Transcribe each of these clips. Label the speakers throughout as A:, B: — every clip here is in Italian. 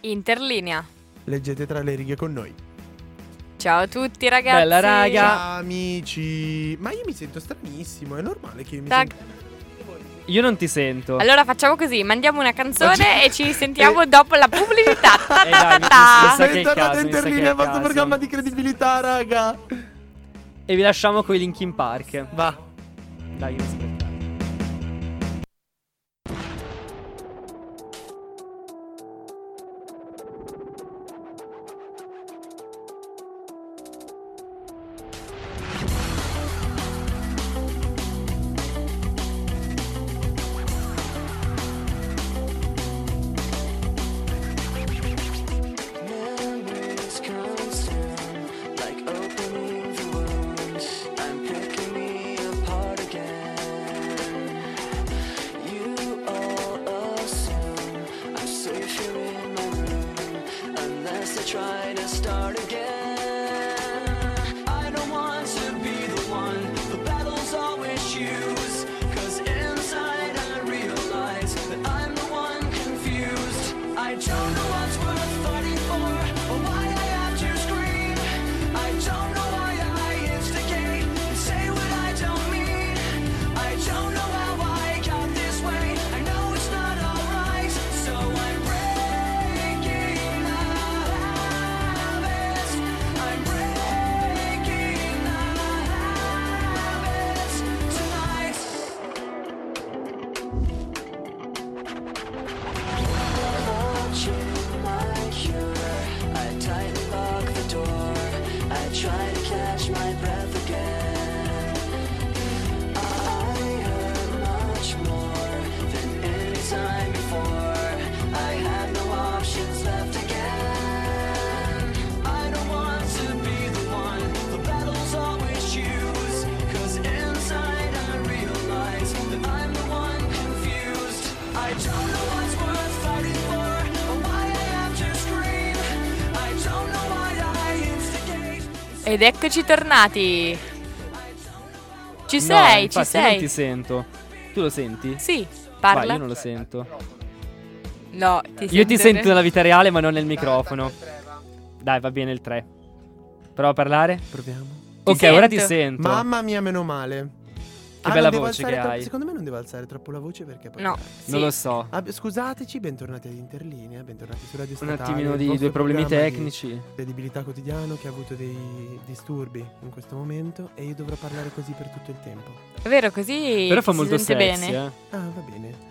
A: Interlinea.
B: Leggete tra le righe con noi.
A: Ciao a tutti ragazzi.
C: Bella raga.
B: Ciao amici. Ma io mi sento stranissimo, è normale che io mi
A: Tac.
B: sento...
C: Io non ti sento.
A: Allora facciamo così, mandiamo una canzone
B: Oggi-
A: e ci risentiamo dopo la pubblicità. Ta
C: Eh,
A: ta ta
C: dai, mi
A: ta.
C: sa che è il
B: Bentornati
C: caso,
B: a
C: mi
B: Interlinea,
C: sa che è il
B: il vostro
C: caso.
B: programma di credibilità, raga.
C: E vi lasciamo con i Linkin Park.
B: Va.
C: Dai, io mi sento.
D: Memories constant, like opening the wound. I'm picking me apart again. You all assume I'm safe here in my room, unless I try to start again. I don't want to be the one the battles always choose. 'Cause inside I realize that I'm the one confused. I don't know what's worth fighting for or why I have to scream. I don't know why I instigate and say what I don't mean. I don't know how I got this way. I know it's not alright, so I'm breaking the habits. I'm breaking the habits tonight. I tightly lock the door. I try to catch my breath again. I heard much more than any time before. I had no options left again. I don't want to be the one the battles always choose. 'Cause inside I realize that I'm the one confused. I don't know what's worth fighting for or why I have to scream. I don't know why I instigate.
A: Ed eccoci tornati. Ci
C: No,
A: sei, ci
C: infatti Io non
A: sei.
C: ti sento. Tu lo senti?
A: Sì,
C: Vai,
A: parla.
C: io non lo sento.
A: No, ti
C: Io
A: sento-
C: ti sento nella vita reale, ma non nel microfono. Dai, va bene il 3. Prova a parlare.
B: Proviamo.
A: Ti
C: ok, ora ti
A: sento.
C: sento.
B: Mamma mia, meno male. Ah, non
C: bella
B: devo
C: voce
B: alzare
C: che
B: troppo-
C: hai.
B: Secondo me non deve alzare troppo la voce perché poi...
A: No,
C: Non
A: sì.
C: lo so.
B: Ah, beh, scusateci, bentornati ad Interlinea, bentornati su Radio
C: Un
B: Statale.
C: attimino
B: il
C: di
B: vostro
C: due problemi
B: programma di
C: tecnici.
B: Credibilità quotidiano che ha avuto dei disturbi in questo momento e io dovrò parlare così per tutto il tempo.
A: È vero, così
C: Però fa
A: si
C: molto
A: sente
C: sexy,
A: bene.
C: eh.
B: Ah, va bene.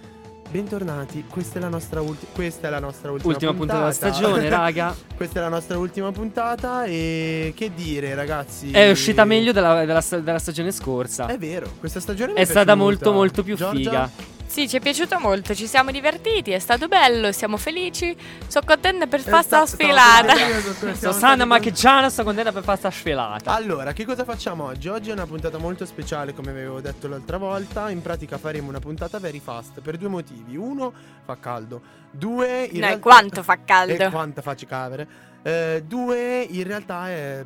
B: Bentornati, questa è la nostra, ulti- questa è la nostra ultima,
C: Ultima puntata della
B: puntata.
C: stagione, raga.
B: questa è la nostra ultima puntata e che dire ragazzi?
C: È uscita meglio della, della sta- della stagione scorsa.
B: È vero, questa stagione Eh, mi
C: È stata
B: piaciuta.
C: molto, molto più
B: Giorgia?
C: figa.
A: Sì, ci è piaciuto molto, ci siamo divertiti, è stato bello, siamo felici. Sono contenta per
B: È Eh, sta-
A: questa
B: stavo
A: sfilata.
B: sorpresa, sono- siamo
C: Sosanna
B: stati-
C: Macchigiana sta contenta per questa sfelata.
B: Allora, che cosa facciamo oggi? Oggi è una puntata molto speciale, come vi avevo detto l'altra volta. In pratica faremo una puntata very fast per due motivi. Uno, fa caldo. Due, in
A: No, e
B: realtà-
A: quanto fa
B: E
A: caldo.
B: quanta faccia cavere. Eh, due, in realtà è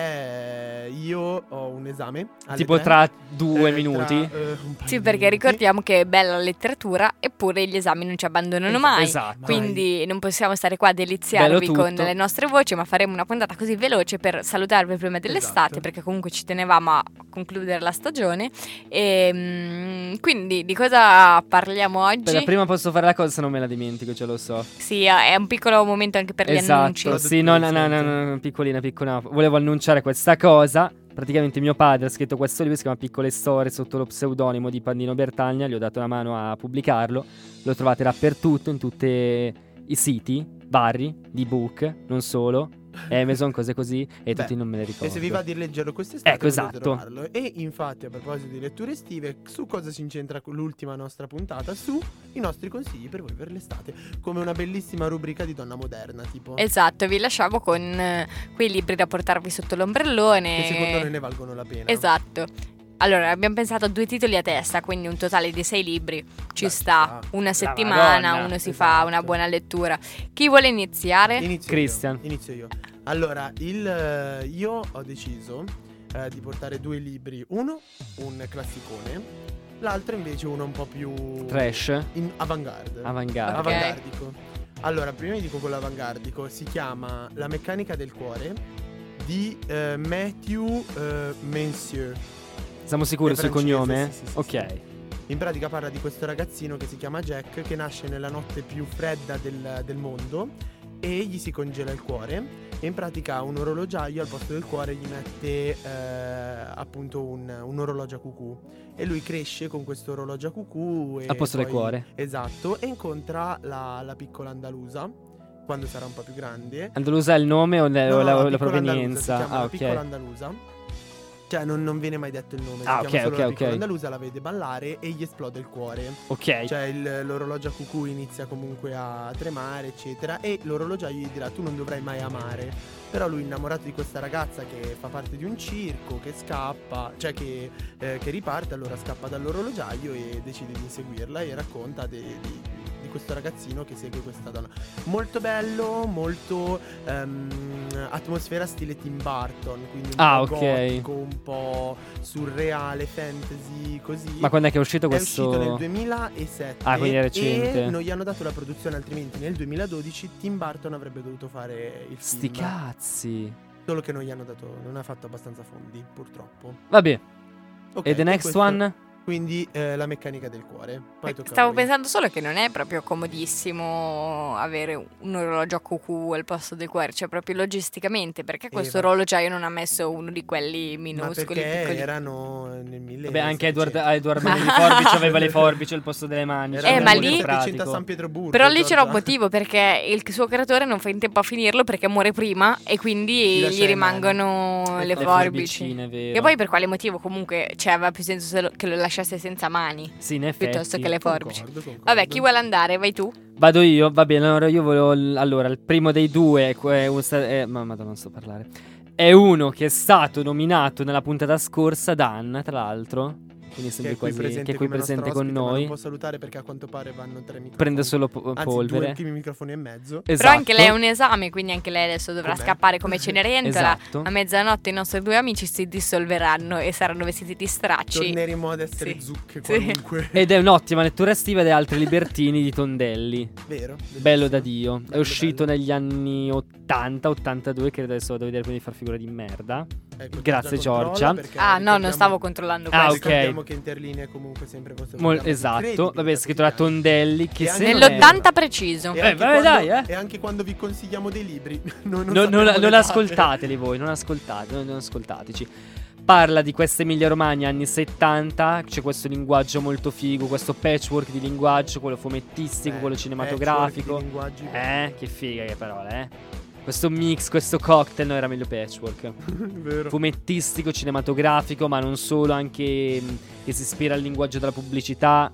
B: perché io ho un esame. alle
C: Tipo
B: tre.
C: tra
B: Eh,
C: due minuti.
B: tra, eh, un paio
A: Sì,
B: di
A: perché
B: minuti.
A: ricordiamo che è bella la letteratura, eppure gli esami non ci abbandonano mai.
C: Esatto.
B: Mai.
A: Quindi non possiamo stare qua a deliziarvi
C: Bello tutto.
A: con le nostre voci, ma faremo una puntata così veloce per salutarvi prima dell'estate,
B: Esatto.
A: perché comunque ci tenevamo a concludere la stagione. E, mm, quindi di cosa parliamo
C: Aspetta,
A: oggi?
C: prima posso fare la cosa, se non me la dimentico, ce lo so.
A: Sì, è un piccolo momento anche per gli annunci.
C: esatto, sì, no, no, no, no, no, no, piccolina, piccolina. Volevo annunciare questa cosa. Praticamente mio padre ha scritto questo libro, si chiama Piccole Storie, sotto lo pseudonimo di Pandino Bertagna, gli ho dato una mano a pubblicarlo. Lo trovate dappertutto, in tutti i siti, barri, di book, non solo, Amazon, cose così, e
B: Beh,
C: tutti non me le ricordo.
B: E se vi va di leggerlo quest'estate
C: Esatto. Ecco,
B: potete
C: esatto.
B: trovarlo. E infatti a proposito di letture estive Su cosa si incentra l'ultima nostra puntata Su i nostri consigli per voi per l'estate Come una bellissima rubrica di donna moderna Tipo
A: Esatto, vi lasciamo con eh, quei libri da portarvi sotto l'ombrellone.
B: Che secondo noi ne valgono la pena
A: Esatto. Allora, abbiamo pensato a due titoli a testa, quindi un totale di sei libri. Ci
B: Beh,
A: sta
B: ci
A: una
C: La
A: settimana,
C: Madonna,
A: uno si fa
B: ah, esatto.
A: una buona lettura. Chi vuole iniziare?
B: Inizio
C: Christian.
B: Io, inizio io. Allora, il, eh, io ho deciso eh, di portare due libri. Uno, un classicone. L'altro invece uno un po' più...
C: Trash,
B: In avant-garde.
C: avanguardia.
A: Ok.
B: Avanguardico. Allora, prima vi dico quello avanguardico, si chiama La meccanica del cuore di eh, Matthew eh, Mencieux.
C: Siamo sicuri
B: È
C: sul
B: francese,
C: cognome?
B: sì, sì, sì,
C: ok.
B: In pratica parla di questo ragazzino che si chiama Jack, che nasce nella notte più fredda del, del mondo e gli si congela il cuore. E in pratica un orologiaio al posto del cuore gli mette eh, appunto un, un orologio a cucù. E lui cresce con questo orologio a cucù. e
C: Al posto del
B: poi-
C: cuore.
B: Esatto, e incontra la, la piccola andalusa quando sarà un po' più grande.
C: Andalusa è il nome o, le-
B: No,
C: o
B: no,
C: la, o la
B: piccola andalusa,
C: provenienza?
B: si chiama
C: ah,
B: la
C: ok.
B: piccola andalusa. Cioè, non, non viene mai detto il nome.
C: Ah,
B: si
C: ok,
B: chiama solo
C: ok,
B: la
C: ok.
B: piccola andalusa, la vede ballare e gli esplode il cuore.
C: Ok.
B: Cioè, il- l'orologio a cucù inizia comunque a tremare, eccetera. E l'orologiaio gli dirà: Tu non dovrai mai amare. Però lui, innamorato di questa ragazza che fa parte di un circo, che scappa, cioè che, eh, che riparte, allora scappa dall'orologiaio e decide di inseguirla e racconta de- di, di questo ragazzino che segue questa donna. Molto bello, molto ehm, atmosfera stile Tim Burton, quindi un
C: Ah,
B: po'
C: ok.
B: gotico, un po' surreale, fantasy, così.
C: Ma quando è che è uscito questo?
B: È uscito nel 2007.
C: Ah, quindi è recente.
B: E non gli hanno dato la produzione, altrimenti nel 2012 Tim Burton avrebbe dovuto fare il
C: Sti
B: film.
C: cazzi.
B: Solo che non gli hanno dato, non ha fatto abbastanza fondi, purtroppo.
C: Vabbè.
B: Ok,
C: e the next
B: Eh, questo-
C: one?
B: Quindi eh, la meccanica del cuore. Poi tocca a
A: Eh, Stavo
B: voi.
A: pensando solo che non è proprio comodissimo avere un orologio a cucù al posto del cuore, cioè proprio logisticamente, perché questo
B: va-
A: orologiaio non ha messo uno di quelli
B: Eh, Ma
A: minuscoli,
B: perché
A: piccoli.
B: erano nel 1000
C: Vabbè, anche Edward,
B: settecento.
C: a Edward Manelli Forbici aveva le forbici al posto delle mani.
B: Era
C: cioè,
A: Eh,
B: nel
A: ma
C: molto
A: lì-
B: 1700 a
C: pratico.
B: San Pietroburgo.
A: Però lì c'era un
B: Giorgia.
A: motivo perché il suo creatore non fa in tempo a finirlo perché muore prima e quindi
B: lascia
A: gli
B: le
A: rimangono
B: mani.
A: le
B: Le
A: forbici.
C: forbicine, vero.
A: E poi per quale motivo comunque cioè, aveva più senso se lo- che lo lasciasse senza mani
C: Sì, in effetti.
A: piuttosto che le forbici.
B: Concordo, concordo.
A: Vabbè,
C: Mm-hmm.
A: chi vuole andare? Vai tu.
C: Vado io, va bene. Allora, io volevo. l- Allora, il primo dei due. è que- è un sta- è- ma madonna, non so parlare. È uno che è stato nominato nella puntata scorsa da Anna, tra l'altro. Quindi
B: Che
C: sempre
B: è qui
C: quasi.
B: presente,
C: che è qui
B: come nostro
C: presente con
B: ospite, ma
C: noi.
B: Non può salutare perché a quanto pare vanno tre microfoni.
C: Prende solo po-
B: Anzi,
C: polvere.
B: due microfoni e mezzo.
A: Però anche lei ha
C: Esatto,
A: un esame, quindi anche lei adesso dovrà
B: Com'è?
A: scappare come Cenerentola.
C: Esatto.
A: A mezzanotte i nostri due amici si dissolveranno e saranno vestiti di stracci.
B: Torneremo ad essere
A: Sì.
B: zucche
A: Sì.
B: qualunque.
C: Ed è un'ottima lettura estiva degli altri libertini di Tondelli.
B: Vero? bellissimo.
C: Bello da Dio. È
B: Bello,
C: uscito
B: bello.
C: negli anni 80, 82, credo adesso vado a vedere prima di far figura di merda.
B: Ecco,
C: Grazie,
B: controlla
C: Giorgia.
B: perché
A: Ah, no, non
B: ricordiamo-
A: stavo controllando
C: Ah,
A: questo.
C: ok.
B: Ricordiamo che Interlinea è comunque sempre questo
C: Mol-
B: programma
C: esatto.
B: incredibile,
C: Vabbè, è scritto da
B: quotidiano.
C: Tondelli che
B: E
C: se
B: cioè, anche
C: non erro-
A: Nell'80 preciso.
B: E
C: Eh,
B: anche
C: vabbè,
B: quando-
C: dai, eh.
B: E anche quando vi consigliamo dei libri. Non, non,
C: non, non-
B: sappiamo le
C: non
B: date.
C: ascoltateli voi, non ascoltate, non, non ascoltateci. Parla di questa Emilia Romagna anni 70, c'è questo linguaggio molto figo, questo patchwork di linguaggio, quello fumettistico,
B: Bello,
C: quello
B: Eh, patchwork
C: cinematografico.
B: di linguaggi.
C: Eh, che figa che parole, eh. Questo mix, questo cocktail, no, era meglio patchwork.
B: Vero.
C: Fumettistico, cinematografico, ma non solo, anche mh, che si ispira al linguaggio della pubblicità.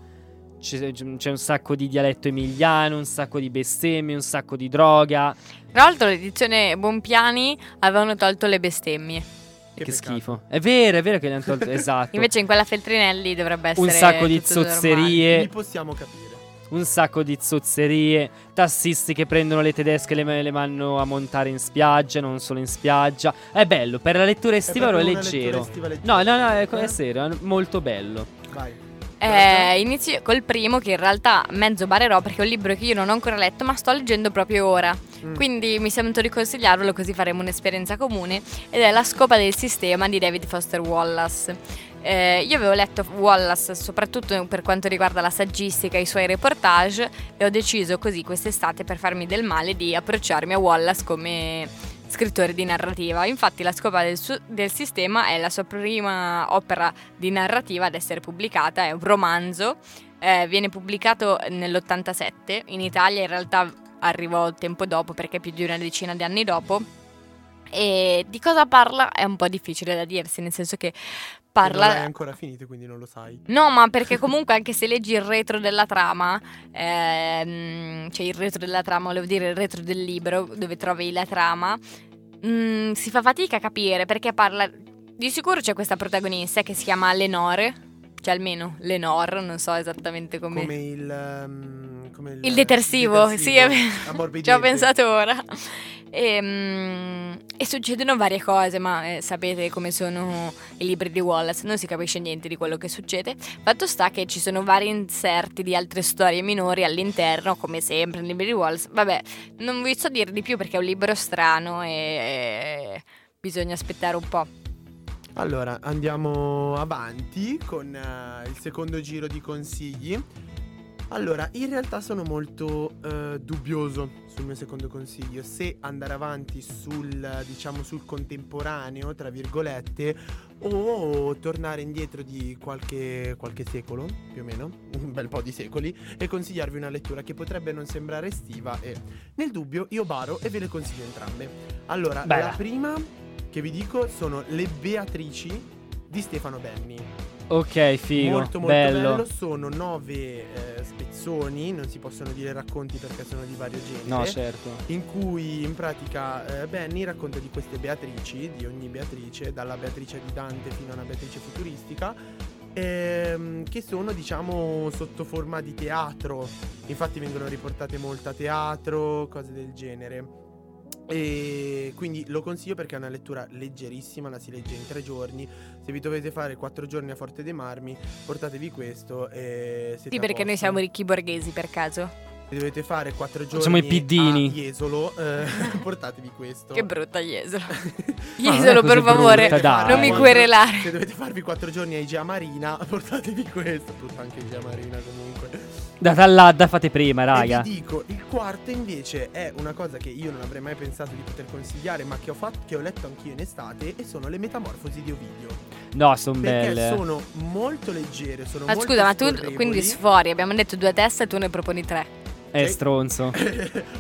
C: C'è, mm, c'è un sacco di dialetto emiliano, un sacco di bestemmie, un sacco di droga.
A: Tra l'altro l'edizione Bonpiani avevano tolto le bestemmie.
C: Che,
B: peccato.
C: schifo. È vero, è vero che le hanno tolto. esatto.
A: Invece in quella Feltrinelli dovrebbe essere
C: un sacco di
A: tutto normale.
B: Li
C: zozzerie.
B: possiamo capire.
C: Un sacco di zozzerie. Tassisti che prendono le tedesche e le, le vanno a montare in spiaggia, non solo in spiaggia. È bello, per la lettura
B: Eh, È
C: estiva ero
B: proprio una lettura
C: leggero.
B: estiva leggera.
C: No, no, no, è, è
B: Eh?
C: serio, è molto bello.
B: Vai. Mm.
A: Eh, inizio col primo che in realtà mezzo barerò perché è un libro che io non ho ancora letto ma sto leggendo proprio ora.
B: Mm.
A: Quindi mi sento di consigliarvelo così faremo un'esperienza comune ed è La scopa del sistema di David Foster Wallace. Eh, io avevo letto Wallace soprattutto per quanto riguarda la saggistica e i suoi reportage e ho deciso così quest'estate per farmi del male di approcciarmi a Wallace come scrittore di narrativa. Infatti La scopa del, su- del sistema è la sua prima opera di narrativa ad essere pubblicata, è un romanzo, eh, viene pubblicato nell'87, in Italia in realtà arrivò tempo dopo perché più di una decina di anni dopo. E di cosa parla è un po' difficile da dirsi, nel senso che
B: Che Non l'hai
A: parla...
B: ancora finito, quindi non lo sai.
A: No, ma perché comunque anche se leggi il retro della trama, ehm, cioè il retro della trama, volevo dire il retro del libro dove trovi la trama, mm, si fa fatica a capire perché parla... Di sicuro c'è questa protagonista che si chiama Lenore, cioè almeno Lenore, non so esattamente come...
B: Come il. ehm, come
A: Il detersivo, sì, è vero.
B: ammorbidente.
A: Ci ho pensato ora. E, mm, e succedono varie cose, ma eh, sapete come sono i libri di Wallace, non si capisce niente di quello che succede. Fatto sta che ci sono vari inserti di altre storie minori all'interno, come sempre nei libri di Wallace. Vabbè, non vi so dire di più perché è un libro strano e e bisogna aspettare un po'.
B: Allora, andiamo avanti con eh, il secondo giro di consigli. Allora, in realtà sono molto eh, dubbioso sul mio secondo consiglio, se andare avanti sul, eh, diciamo, sul contemporaneo, tra virgolette, o tornare indietro di qualche, qualche secolo, più o meno, un bel po' di secoli, e consigliarvi una lettura che potrebbe non sembrare estiva e nel dubbio io baro e ve le consiglio entrambe. Allora,
C: Bella.
B: la prima che vi dico sono Le Beatrici di Stefano Benni.
C: Ok, figo.
B: molto molto
C: bello.
B: bello. Sono nove eh, spezzoni, non si possono dire racconti perché sono di vario genere.
C: No, certo.
B: In cui in pratica eh, Benny racconta di queste Beatrici, di ogni Beatrice, dalla Beatrice di Dante fino a una Beatrice futuristica, ehm, che sono diciamo sotto forma di teatro. Infatti vengono riportate molto a teatro, cose del genere. E quindi lo consiglio perché è una lettura leggerissima, la si legge in tre giorni. Se vi dovete fare quattro giorni a Forte dei Marmi, portatevi questo. E siete
A: Sì,
B: a
A: perché noi
B: posto.
A: siamo ricchi borghesi per caso.
B: Se dovete fare quattro giorni
C: Facciamo i piddini.
B: a Jesolo, eh, portatevi questo.
A: Che brutta Jesolo.
C: Ma non è
A: Jesolo, per
C: così
A: favore,
C: brutta, dai.
A: non mi
B: Quando-
A: querelare.
B: Se dovete farvi quattro giorni a Igea Marina, portatevi questo. Brutta anche Igea Marina comunque.
C: Data all'adda fate prima,
B: E
C: raga.
B: vi dico, il quarto invece è una cosa che io non avrei mai pensato di poter consigliare, ma che ho, fatto, che ho letto anch'io in estate, e sono le metamorfosi di Ovidio.
C: No, sono
B: Perché
C: belle.
B: sono molto leggere, sono
A: Ma
B: molto
A: Ah, scusa, ma tu
B: scorrevoli.
A: quindi sfori, abbiamo detto due teste e tu ne proponi tre.
C: È stronzo.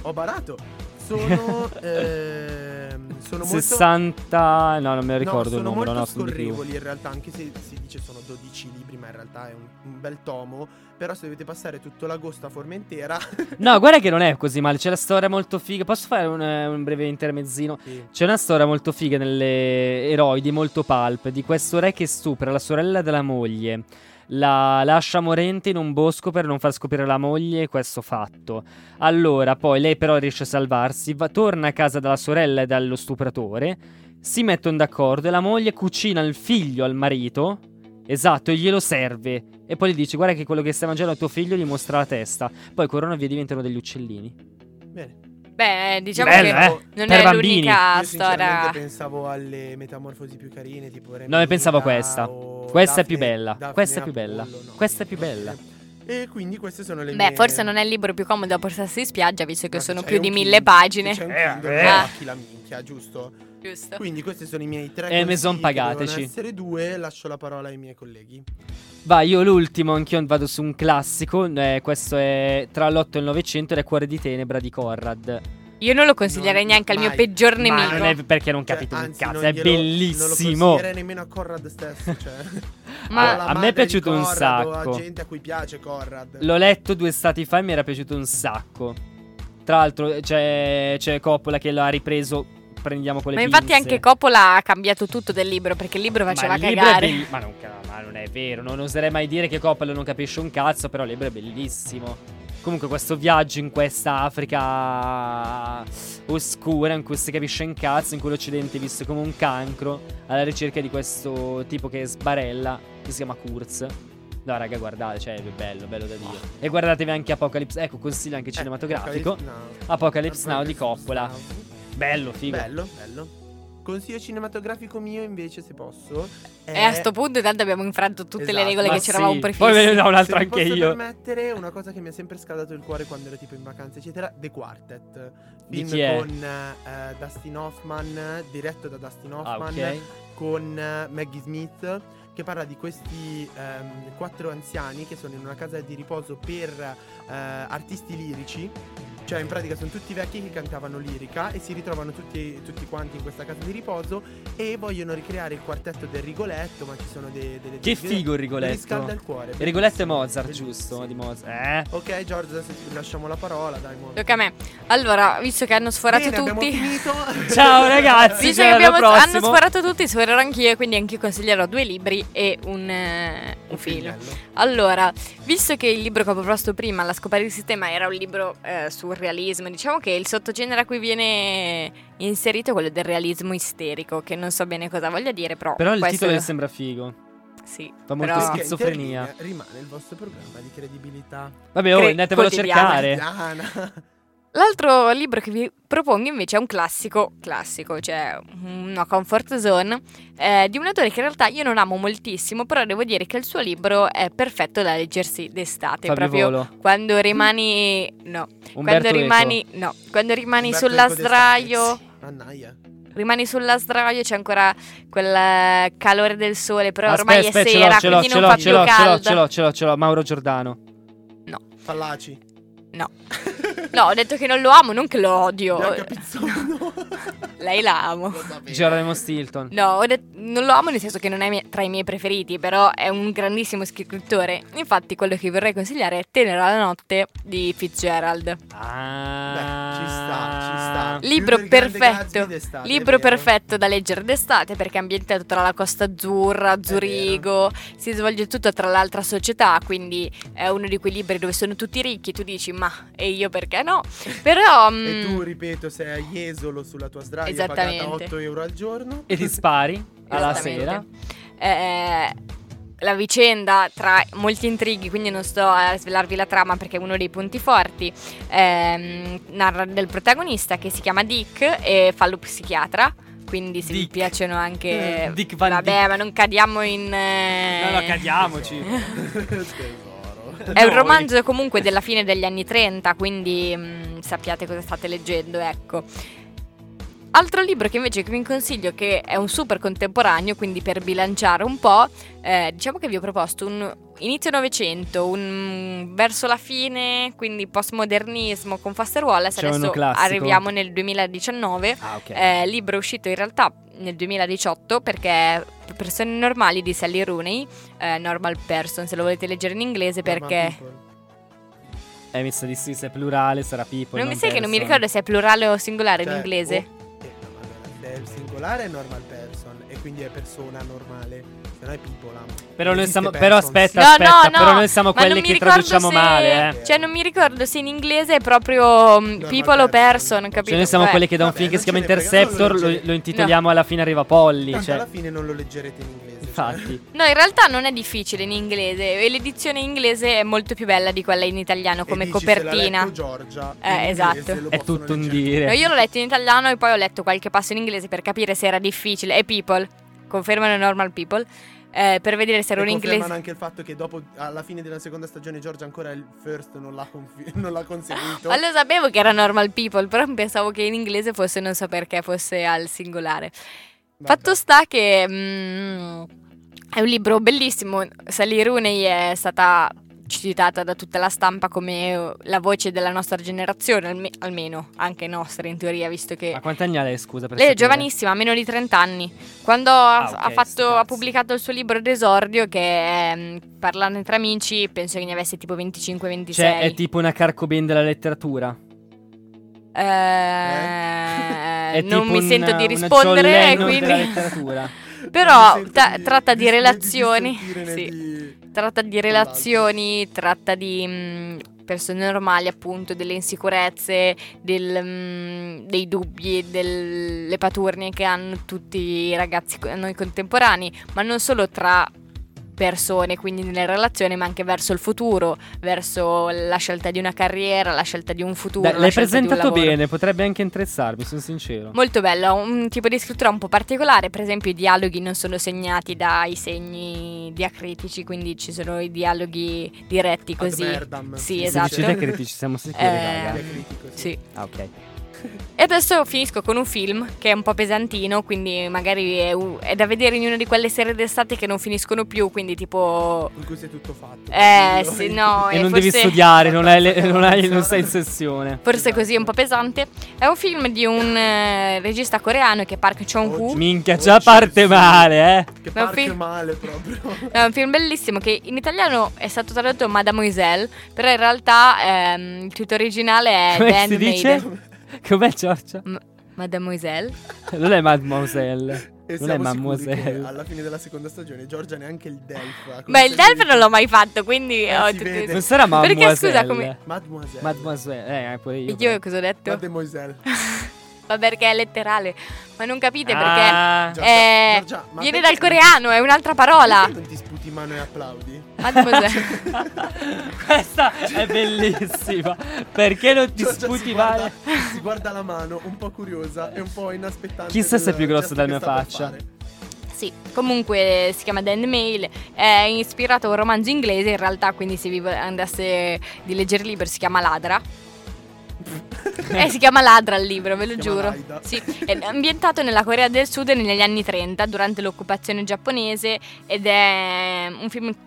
B: Ho barato. Sono, ehm, sono molto
C: 60. No, non me lo
B: no,
C: ricordo il
B: sono molto
C: numero. no, sono di più.
B: scorrevoli in realtà, anche se si dice sono 12 libri, ma in realtà è un, un bel tomo. Però se dovete passare tutto l'agosto a Formentera,
C: No, guarda che non è così male. C'è la storia molto figa. Posso fare un, eh, un breve intermezzino?
B: sì.
C: C'è una storia molto figa nelle eroidi, molto pulp, di questo re che stupra la sorella della moglie. La lascia morente in un bosco per non far scoprire alla moglie questo fatto. Allora, poi lei però riesce a salvarsi, va- torna a casa dalla sorella e dallo stupratore, si mettono d'accordo e la moglie cucina il figlio al marito, esatto, e glielo serve. E poi gli dice, guarda che quello che stai mangiando a tuo figlio gli mostra la testa. Poi corrono via e diventano degli uccellini.
B: bene.
A: Beh, diciamo
C: Bello,
A: che
C: eh?
A: non
C: per
A: è
C: bambini.
A: l'unica
B: Io sinceramente
A: storia.
B: pensavo alle metamorfosi più carine, tipo
C: No, ne pensavo a questa. Questa è più bella. Questa è più bella. Questa è più bella.
B: E quindi queste sono le
A: Beh,
B: mie-
A: forse non è il libro più comodo da portarsi in spiaggia, visto che
B: Ma se
A: sono
B: c'hai
A: più
B: un
A: di
B: Kindle-
A: mille pagine.
B: se c'hai un
C: Eh,
B: Kindle,
C: vabbè.
B: pacchi la minchia, giusto?
A: Giusto.
B: Quindi questi sono i miei tre
C: Eh, Amazon,
B: consigli, che
C: pagateci.
B: dovevano essere due, lascio la parola ai miei colleghi.
C: Vai, io l'ultimo, anch'io vado su un classico. eh, questo è tra l'8 e il 900 ed è Cuore di Tenebra di Conrad.
A: Io non lo consiglierei
B: Non-
A: neanche al mio
B: mai,
A: peggior
B: mai,
A: nemico.
C: Ma non è perché non
B: Cioè,
C: capite un
B: anzi,
C: cazzo,
B: non
C: è
B: glielo- Non lo
C: bellissimo.
B: consiglierei nemmeno a Conrad stesso, cioè.
A: Ma-
B: Alla
C: a me è
B: madre di
C: piaciuto un
B: Conrad o
C: sacco.
B: A gente a cui piace Conrad.
C: L'ho letto due stati fa e mi era piaciuto un sacco. Tra l'altro c'è, c'è Coppola che l'ha ripreso, prendiamo con le
A: Ma infatti
C: pinze.
A: anche Coppola ha cambiato tutto del libro perché il libro faceva
C: ma il libro è
A: cagare.
C: belli- ma, non, ca- ma non è vero, non oserei mai dire che Coppola non capisce un cazzo, però il libro è bellissimo. Comunque questo viaggio in questa Africa oscura in cui si capisce un cazzo, in cui l'Occidente è visto come un cancro, alla ricerca di questo tipo che sbarella, che si chiama Kurz. No raga guardate, cioè è bello, bello da dire. E guardatevi anche Apocalypse, ecco consiglio anche
B: Eh,
C: cinematografico.
B: Apocalypse Now.
C: Apocalypse Now di
B: Apocalypse
C: Coppola.
B: Now.
C: Bello, figo.
B: Bello, bello. Consiglio cinematografico mio invece, se posso. È...
A: E Eh, a sto punto intanto abbiamo infranto tutte le
B: Esatto.
A: regole
C: Ma
A: che
C: sì.
A: c'eravamo
C: Poi ve ne
A: prefisse.
C: do un'altra
B: se mi
C: anche
B: posso
C: io.
B: permettere una cosa che mi ha sempre scaldato il cuore quando ero tipo in vacanza, eccetera, The Quartet.
C: Di
B: Film
C: chi è?
B: con eh, Dustin Hoffman, diretto da Dustin
C: Ah,
B: Hoffman,
C: ok.
B: con eh, Maggie Smith che parla di questi ehm, quattro anziani che sono in una casa di riposo per eh, artisti lirici. Cioè, in pratica sono tutti vecchi che cantavano lirica e si ritrovano tutti, tutti quanti in questa casa di riposo e vogliono ricreare il quartetto del Rigoletto, ma ci sono de- delle...
C: Che
B: delle-
C: figo il
B: Mi riscalda
C: Rigoletto.
B: il cuore.
C: Il Rigoletto è
B: bellissimo,
C: Mozart,
B: bellissimo.
C: giusto? Di Mozart. Eh?
B: Ok, Giorgio, adesso ti lasciamo la parola, dai, muoviti.
A: Tocca a me. Allora, visto che hanno sforato
B: Bene, abbiamo
A: tutti.
B: finito.
C: Ciao, ragazzi. cioè,
A: Visto
C: ci
A: che
C: vediamo
A: abbiamo,
C: al
A: hanno
C: prossimo.
A: sforato tutti, sforerò anch'io e quindi anch'io consiglierò due libri e un, eh, un film.
B: Finello.
A: Allora, visto che il libro che ho proposto prima, La scoperta del sistema, era un libro eh, su surrealismo. Diciamo che il sottogenere a cui viene inserito è quello del realismo isterico, che non so bene cosa voglia dire, però.
C: Però il
A: può
C: titolo
A: essere-
C: le sembra figo.
A: Sì,
C: Fa molto
A: però...
C: schifo.
B: Perché
C: schizofrenia.
B: interlinea Rimane il vostro programma di credibilità
C: Vabbè, oh,
A: Cre-
C: andatevelo a
A: quotidiana.
C: cercare.
B: italiana.
A: L'altro libro che vi propongo invece è un classico, classico, cioè una comfort zone, eh, di un autore che in realtà io non amo moltissimo, però devo dire che il suo libro è perfetto da leggersi d'estate,
C: Fabio
A: proprio
C: Volo.
A: quando rimani... No,
C: Umberto
A: quando
C: Eco.
A: rimani... No, quando rimani
B: Umberto
A: sulla
B: Eco d'estate.
A: sdraio...
B: Sì, Annaia.
A: Rimani sulla sdraio, c'è ancora quel eh, calore del sole, però
C: Aspetta,
A: ormai
C: aspetta,
A: è
C: ce
A: sera,
C: l'ho, ce l'ho,
A: quindi
C: ce
A: non
C: l'ho,
A: fa
C: ce
A: più
C: l'ho, ce l'ho,
A: caldo.
C: ce l'ho, ce l'ho, ce l'ho, Mauro Giordano.
B: Fallaci.
A: No, ho detto che non lo amo, non che lo odio.
B: Bianca Pizzolino.
A: Lei la amo.
B: Lo sapevo.
C: Geronimo Stilton.
A: No, ho det- non lo amo nel senso che non è mie- tra i miei preferiti, però è un grandissimo scrittore. Infatti, quello che vorrei consigliare è Tenera la notte di Fitzgerald.
B: Beh,
C: Ah,
B: ci sta, ci sta.
A: Ah. Libro
B: Più del Grande
A: perfetto.
B: Gatsby d'estate,
A: Libro
B: è vero.
A: perfetto da leggere d'estate perché è ambientato tra la Costa Azzurra, Zurigo, si svolge tutto tra l'altra società, quindi è uno di quei libri dove sono tutti ricchi, tu dici ma e io perché no? Però...
B: E
A: mm,
B: tu, ripeto, sei a Jesolo sulla tua sdraio pagata
A: Esattamente.
B: 8 euro al giorno.
C: E ti spari alla
A: Esattamente.
C: sera.
A: Eh, la vicenda tra molti intrighi, quindi non sto a svelarvi la trama perché è uno dei punti forti, ehm, narra del protagonista che si chiama Dick e fa lo psichiatra. Quindi se vi
C: Dick.
A: piacciono anche...
C: Eh, Dick Van
A: Vabbè,
C: Dyke.
A: ma non cadiamo in... eh,
C: No, no, cadiamoci.
B: Tesoro.
A: È un
C: Noi.
A: romanzo comunque della fine degli anni 30, quindi mm, sappiate cosa state leggendo, ecco. Altro libro che invece vi consiglio, che è un super contemporaneo, quindi per bilanciare un po', eh, diciamo che vi ho proposto un inizio Novecento, un mm, verso la fine, quindi postmodernismo con Foster Wallace,
C: C'è uno
A: adesso
C: classico.
A: arriviamo nel 2019,
C: Ah, ok.
A: eh, libro uscito in realtà nel 2018 perché è Persone normali di Sally Rooney, eh, Normal Person se lo volete leggere in inglese perché...
C: È messa Eh, di sì, se è plurale sarà people.
A: Non mi sai che non mi
C: person.
A: ricordo se è plurale o singolare
B: Cioè,
A: in inglese.
B: o- eh, no, vabbè, se è il singolare è normal person e quindi è persona normale, se no è people. am.
C: Però noi
B: Esiste
C: siamo- però
B: persons.
C: aspetta,
A: No, no, no,
C: però noi siamo
A: ma non
C: quelli
A: mi
C: che
A: ricordo
C: traduciamo
A: se-
C: male, eh.
A: Cioè, non mi ricordo se in inglese è proprio mm,
B: Normal
A: people o
B: person.
A: person,
B: Cioè,
A: capito?
C: Cioè, noi siamo
A: Vabbè.
C: quelli che da un
B: Vabbè,
C: film che si chiama
B: non ce ne frega,
C: Interceptor
B: non lo
C: lo,
B: leggete.
C: lo intitoliamo alla fine arriva Polli.
B: Tanto alla
C: Cioè,
B: fine non lo leggerete in inglese. cioè.
C: infatti.
A: No, in realtà non è difficile in inglese e l'edizione in inglese è molto più bella di quella in italiano
B: E
A: come
B: dici, se l'ha
A: copertina.
B: letto Giorgia.
A: Eh,
B: in inglese
A: esatto.
B: lo
C: È
B: possono
C: tutto un
B: leggere.
A: No,
C: dire.
A: io l'ho letto in italiano e poi ho letto qualche passo in inglese per capire se era difficile. E people, confermano normal people, eh, per vedere se era un
B: E
A: inglese.
B: confermano anche il fatto che dopo, alla fine della seconda stagione, Giorgia ancora il first non l'ha, confi- non l'ha conseguito.
A: Ma lo sapevo che era normal people, però pensavo che in inglese fosse, non so perché, fosse al singolare.
B: Vabbè.
A: Fatto sta che mm, è un libro bellissimo. Sally Rooney è stata citata da tutta la stampa come la voce della nostra generazione, alme- almeno anche nostra in teoria, visto che
C: Ma quanti anni ha lei, scusa? Per
A: Eh. lei è
C: sapere?
A: giovanissima, ha meno di 30 anni. Quando ha-
C: Ah, ok,
A: ha, fatto-
C: sti cazzi.
A: ha pubblicato il suo libro d'esordio, che è, mm, parlando tra amici, penso che ne avesse tipo 25-26.
C: Cioè, è tipo una carcoben della letteratura.
A: Eh,
C: Eh? È
A: non
C: tipo
A: mi
C: un-
A: sento di
C: una
A: rispondere,
C: John
A: e
C: Lennon della
A: quindi
C: letteratura.
A: però
B: Non mi sento
A: ta- tratta di relazioni,
B: sentire né
A: sì.
B: di-
A: tratta di relazioni, tratta di mh, persone normali, appunto, delle insicurezze, del, mh, dei dubbi, delle paturnie che hanno tutti i ragazzi co- a noi contemporanei, ma non solo tra persone, quindi nelle relazioni, ma anche verso il futuro, verso la scelta di una carriera, la scelta di un futuro.
C: Dai,
A: la
C: l'hai
A: scelta di un
C: presentato
A: lavoro.
C: bene, potrebbe anche interessarmi, sono sincero.
A: Molto bello, ha un tipo di scrittura un po' particolare, per esempio i dialoghi non sono segnati dai segni diacritici, quindi ci sono i dialogui diretti
B: Ad
A: così.
B: merdam.
A: Sì,
C: Se
A: esatto.
C: Dicete critici, siamo sicuri,
A: Eh,
C: raga.
B: Diacritico, sì.
A: Sì.
C: Ah, ok.
A: E adesso finisco con un film che è un po' pesantino, quindi magari è, u- è da vedere in una di quelle serie d'estate che non finiscono più, quindi tipo...
B: In cui sei tutto fatto.
A: Eh,
B: tranquillo.
A: sì, no,
C: e
A: eh,
C: non
A: forse-
C: devi studiare, non, hai le-
B: Abbastanza
C: non, hai- non
B: avanzato.
C: sei in sessione.
A: Forse così è un po' pesante. È un film di un eh, regista coreano che è Park
B: Oggi
A: Chong-woo.
C: Minchia,
B: Oh,
C: già parte
B: Gesù.
C: male, eh.
B: Che
A: Ma un
B: parte
A: film-
B: male proprio.
A: È un film bellissimo che in italiano è stato tradotto Mademoiselle, però in realtà ehm, il titolo originale è The
C: Come si
A: Handmaiden.
C: dice? Com'è Giorgia?
A: M- Mademoiselle?
C: Non è Mademoiselle.
B: E
C: Non
B: siamo sicuri
C: è
B: che
C: Mademoiselle.
B: alla fine della seconda stagione Giorgia neanche il Delf. ha
A: Beh, il
B: conseguito-
A: Delf non l'ho mai fatto, quindi
B: Eh,
A: ho
B: si
A: tutti-
B: vede.
C: Non sarà
A: Perché,
C: Mademoiselle.
A: scusa, come-
B: Mademoiselle.
C: Mademoiselle, eh, pure io.
A: Io cosa ho detto?
B: Mademoiselle.
A: Ah. Ma perché è letterale. Ma non capite
C: Ah,
A: perché. eh,
B: Giorgia, ma
A: viene dal
B: perché-
A: coreano, è un'altra parola.
B: Perché non ti sputi in mano e applaudi?
A: Mademoiselle.
C: Questa è bellissima. Perché non ti
B: Giorgia si
C: sputi
B: guarda-
C: male?
B: Si guarda la mano, un po' curiosa e un po' inaspettante.
C: Chissà se è
B: del
C: più
B: gesto
C: grosso della
B: che sta
C: mia
B: per
C: faccia.
B: fare.
A: Sì, comunque si chiama The Handmail, è ispirato a un romanzo inglese in realtà, quindi se vi andasse di leggere il libro si chiama Ladra. eh, si chiama Ladra il libro, ve lo
B: Si chiama
A: giuro.
B: Laida.
A: Sì, è ambientato nella Corea del Sud negli anni 30 durante l'occupazione giapponese ed è un film che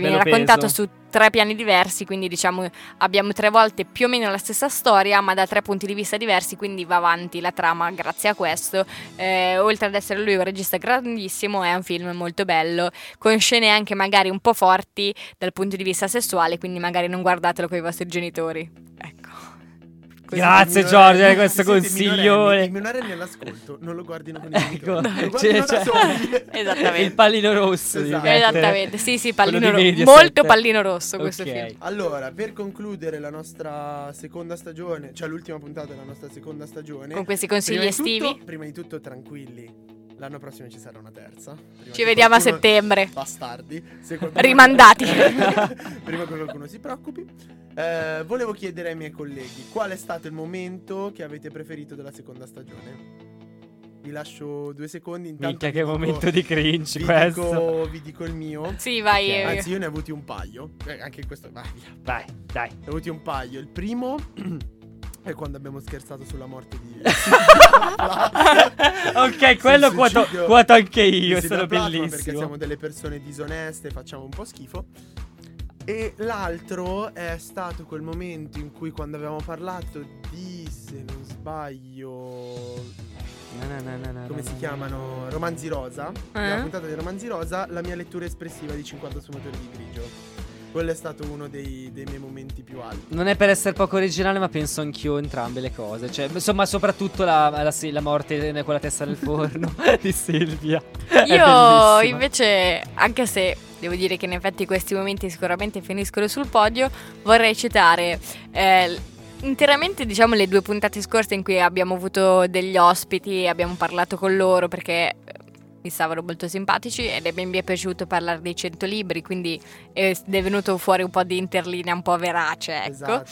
C: Ve
A: viene
C: lo
A: raccontato
C: penso.
A: su tre piani diversi, quindi diciamo abbiamo tre volte più o meno la stessa storia, ma da tre punti di vista diversi, quindi va avanti la trama grazie a questo. Eh, oltre ad essere lui un regista grandissimo, è un film molto bello, con scene anche magari un po' forti dal punto di vista sessuale, quindi magari non guardatelo con i vostri genitori. Ecco. Così.
C: Grazie,
B: I minorenni-
C: Giorgia, di questo
B: Senti, i
C: consiglione.
B: minorenni- I minorenni all'ascolto non lo guardino con i genitori,
C: Ecco,
B: lo
C: cioè,
B: guardino da
C: cioè-
B: soli.
A: Esattamente.
C: Il pallino rosso. ecco. devi
B: Esatto.
C: mettere.
A: Esattamente, sì, sì, pallino
C: Quello
A: rosso.
C: di Mediaset.
A: Molto pallino rosso questo
C: Ok.
A: film.
B: Allora, per concludere la nostra seconda stagione, cioè l'ultima puntata della nostra seconda stagione,
A: Con questi consigli
B: prima di
A: estivi.
B: tutto- prima di tutto, tranquilli. L'anno prossimo ci sarà una terza. Prima
A: Ci
B: che
A: vediamo a
B: qualcuno-
A: settembre.
B: Bastardi. Se qualcuno-
A: Rimandati.
B: prima che qualcuno si preoccupi. Eh, volevo chiedere ai miei colleghi qual è stato il momento che avete preferito della seconda stagione. Vi lascio due secondi. Intanto
C: Minchia,
B: vi
C: che
B: dico-
C: momento di cringe
B: vi
C: questo.
B: dico, vi dico il mio.
A: Sì, vai.
C: Ok.
A: eh,
B: Anzi, io ne ho avuti un paio. Eh, anche questo, vai via.
C: Vai, dai.
B: Ne ho avuti un paio. Il primo è quando abbiamo scherzato sulla morte di.
C: ok,
B: Sul
C: quello
B: suicidio
C: quoto, quoto anche
B: di
C: io. È
B: Sida
C: stato
B: Plasma, Perché
C: bellissimo.
B: siamo delle persone disoneste, facciamo un po' schifo. E l'altro è stato quel momento in cui quando avevamo parlato di, se non sbaglio,
C: Na, na, na, na,
B: come
C: na,
B: si
C: na.
B: chiamano, Romanzi Rosa,
C: Eh?
B: nella puntata dei Romanzi Rosa, la mia lettura espressiva di 50 sfumatori di grigio. Quello è stato uno dei, dei miei momenti più alti.
C: Non è per essere poco originale, ma penso anch'io a entrambe le cose. Cioè, insomma, soprattutto la, la- sì, la morte con la testa nel forno di Silvia. È
A: Io
C: bellissima.
A: invece, anche se devo dire che in effetti questi momenti sicuramente finiscono sul podio, vorrei citare eh, l- interamente diciamo le due puntate scorse in cui abbiamo avuto degli ospiti e abbiamo parlato con loro perché eh, mi stavano molto simpatici ed è- mi è piaciuto parlare dei 100 libri, quindi eh, è venuto fuori un po' di interlinea un po' verace, ecco.
B: Esatto.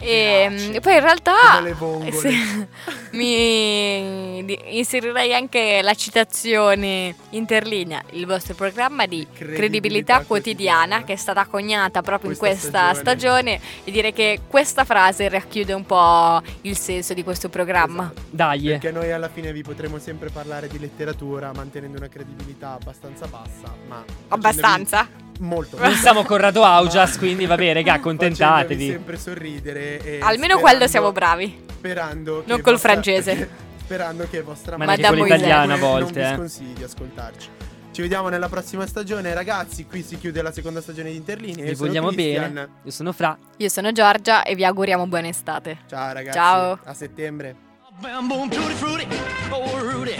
A: E
B: Grazie.
A: mm, poi in realtà eh,
B: Come le vongole.
A: sì, mi di- inserirei anche la citazione interlinea, il vostro programma di credibilità,
B: Credibilità
A: quotidiana,
B: quotidiana.
A: che è stata coniata proprio in
B: Questa
A: questa
B: stagione.
A: stagione. e direi che questa frase racchiude un po' il senso di questo programma.
B: Esatto.
C: Dai. eh.
B: Perché noi alla fine vi potremo sempre parlare di letteratura mantenendo una credibilità abbastanza bassa, ma
A: Abbastanza.
B: facendovi molto
C: Non siamo Corrado Augias, quindi vabbè, regà,
B: Facendovi
C: contentatevi.
B: sempre sorridere e
A: Almeno
B: sperando-
A: quello siamo bravi.
B: Sperando che
A: Non col
B: vostra-
A: francese.
B: Sperando che vostra
C: Ma
A: neanche con l'italiano
C: a volte,
B: Non vi
C: eh.
B: sconsigli di ascoltarci. Ci vediamo nella prossima stagione, ragazzi. Qui si chiude la seconda stagione di Interlinea.
C: Vi
B: Io sono
C: vogliamo
B: Christian.
C: bene. Io sono Fra.
A: Io sono Giorgia e vi auguriamo buona estate.
B: Ciao, ragazzi.
A: Ciao.
B: A settembre.
D: Bam boom, tutti frutti, oh Rudy,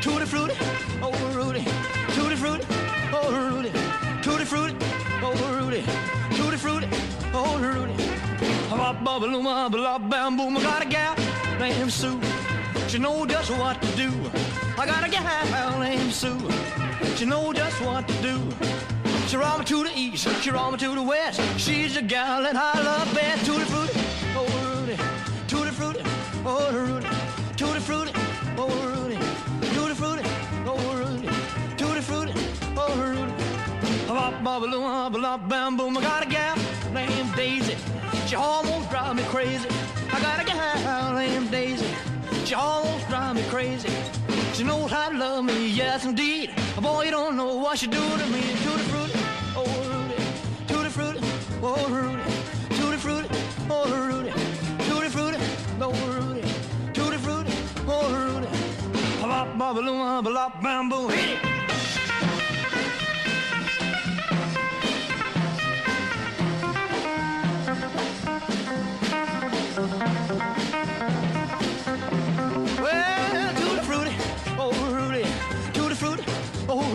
D: tutti frutti, oh Rudy, tutti frutti, oh Rudy, tutti frutti, oh Rudy, tutti frutti, oh Rudy. Ba ba ba loo, ma, ba la bam boom, I got a gal named Sue, she know just what to do. I got a gal named Sue, she know just what to do. She rolled me to the east, she rolled me to the west. She's a gal that I love best. Tutti frutti, oh Rudy. Tutti frutti, oh Rudy. Tutti frutti, oh Rudy. Tutti frutti, oh Rudy. Tutti frutti, oh Rudy. Bop, bop, bop, bop, bam, boom. I got a gal named Daisy. She almost drive me crazy. I got a gal named Daisy. She almost drive me crazy. She knows how to love me, yes indeed. Boy, you don't know what she do to me. Tutti frutti, oh Rudy. Tutti frutti, oh Rudy. Tutti frutti, oh Rudy. Tutti frutti, oh Rudy. Tutti frutti, oh Rudy. Bop, bop, bop, bop, bam, boom. Hit it. Well, tutti frutti, oh Rudy, oh,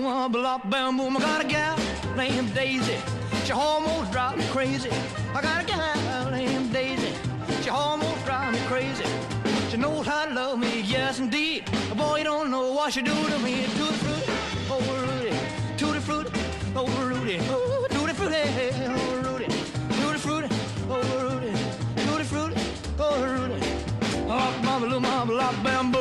D: oh, flop, bam, boom. I got a gal named Daisy. She almost drives me crazy. I got a gal named Daisy. She almost drives me crazy. She knows how to love me, yes indeed. Boy, you don't know what she do to me. Tutti frutti, oh Rudy. Tutti frutti, oh Rudy. Oh, tutti frutti, oh Rudy. Tutti frutti, oh Rudy. Tutti frutti, oh Rudy. Lock, Oh, mama, little mama, lock, bam, boom.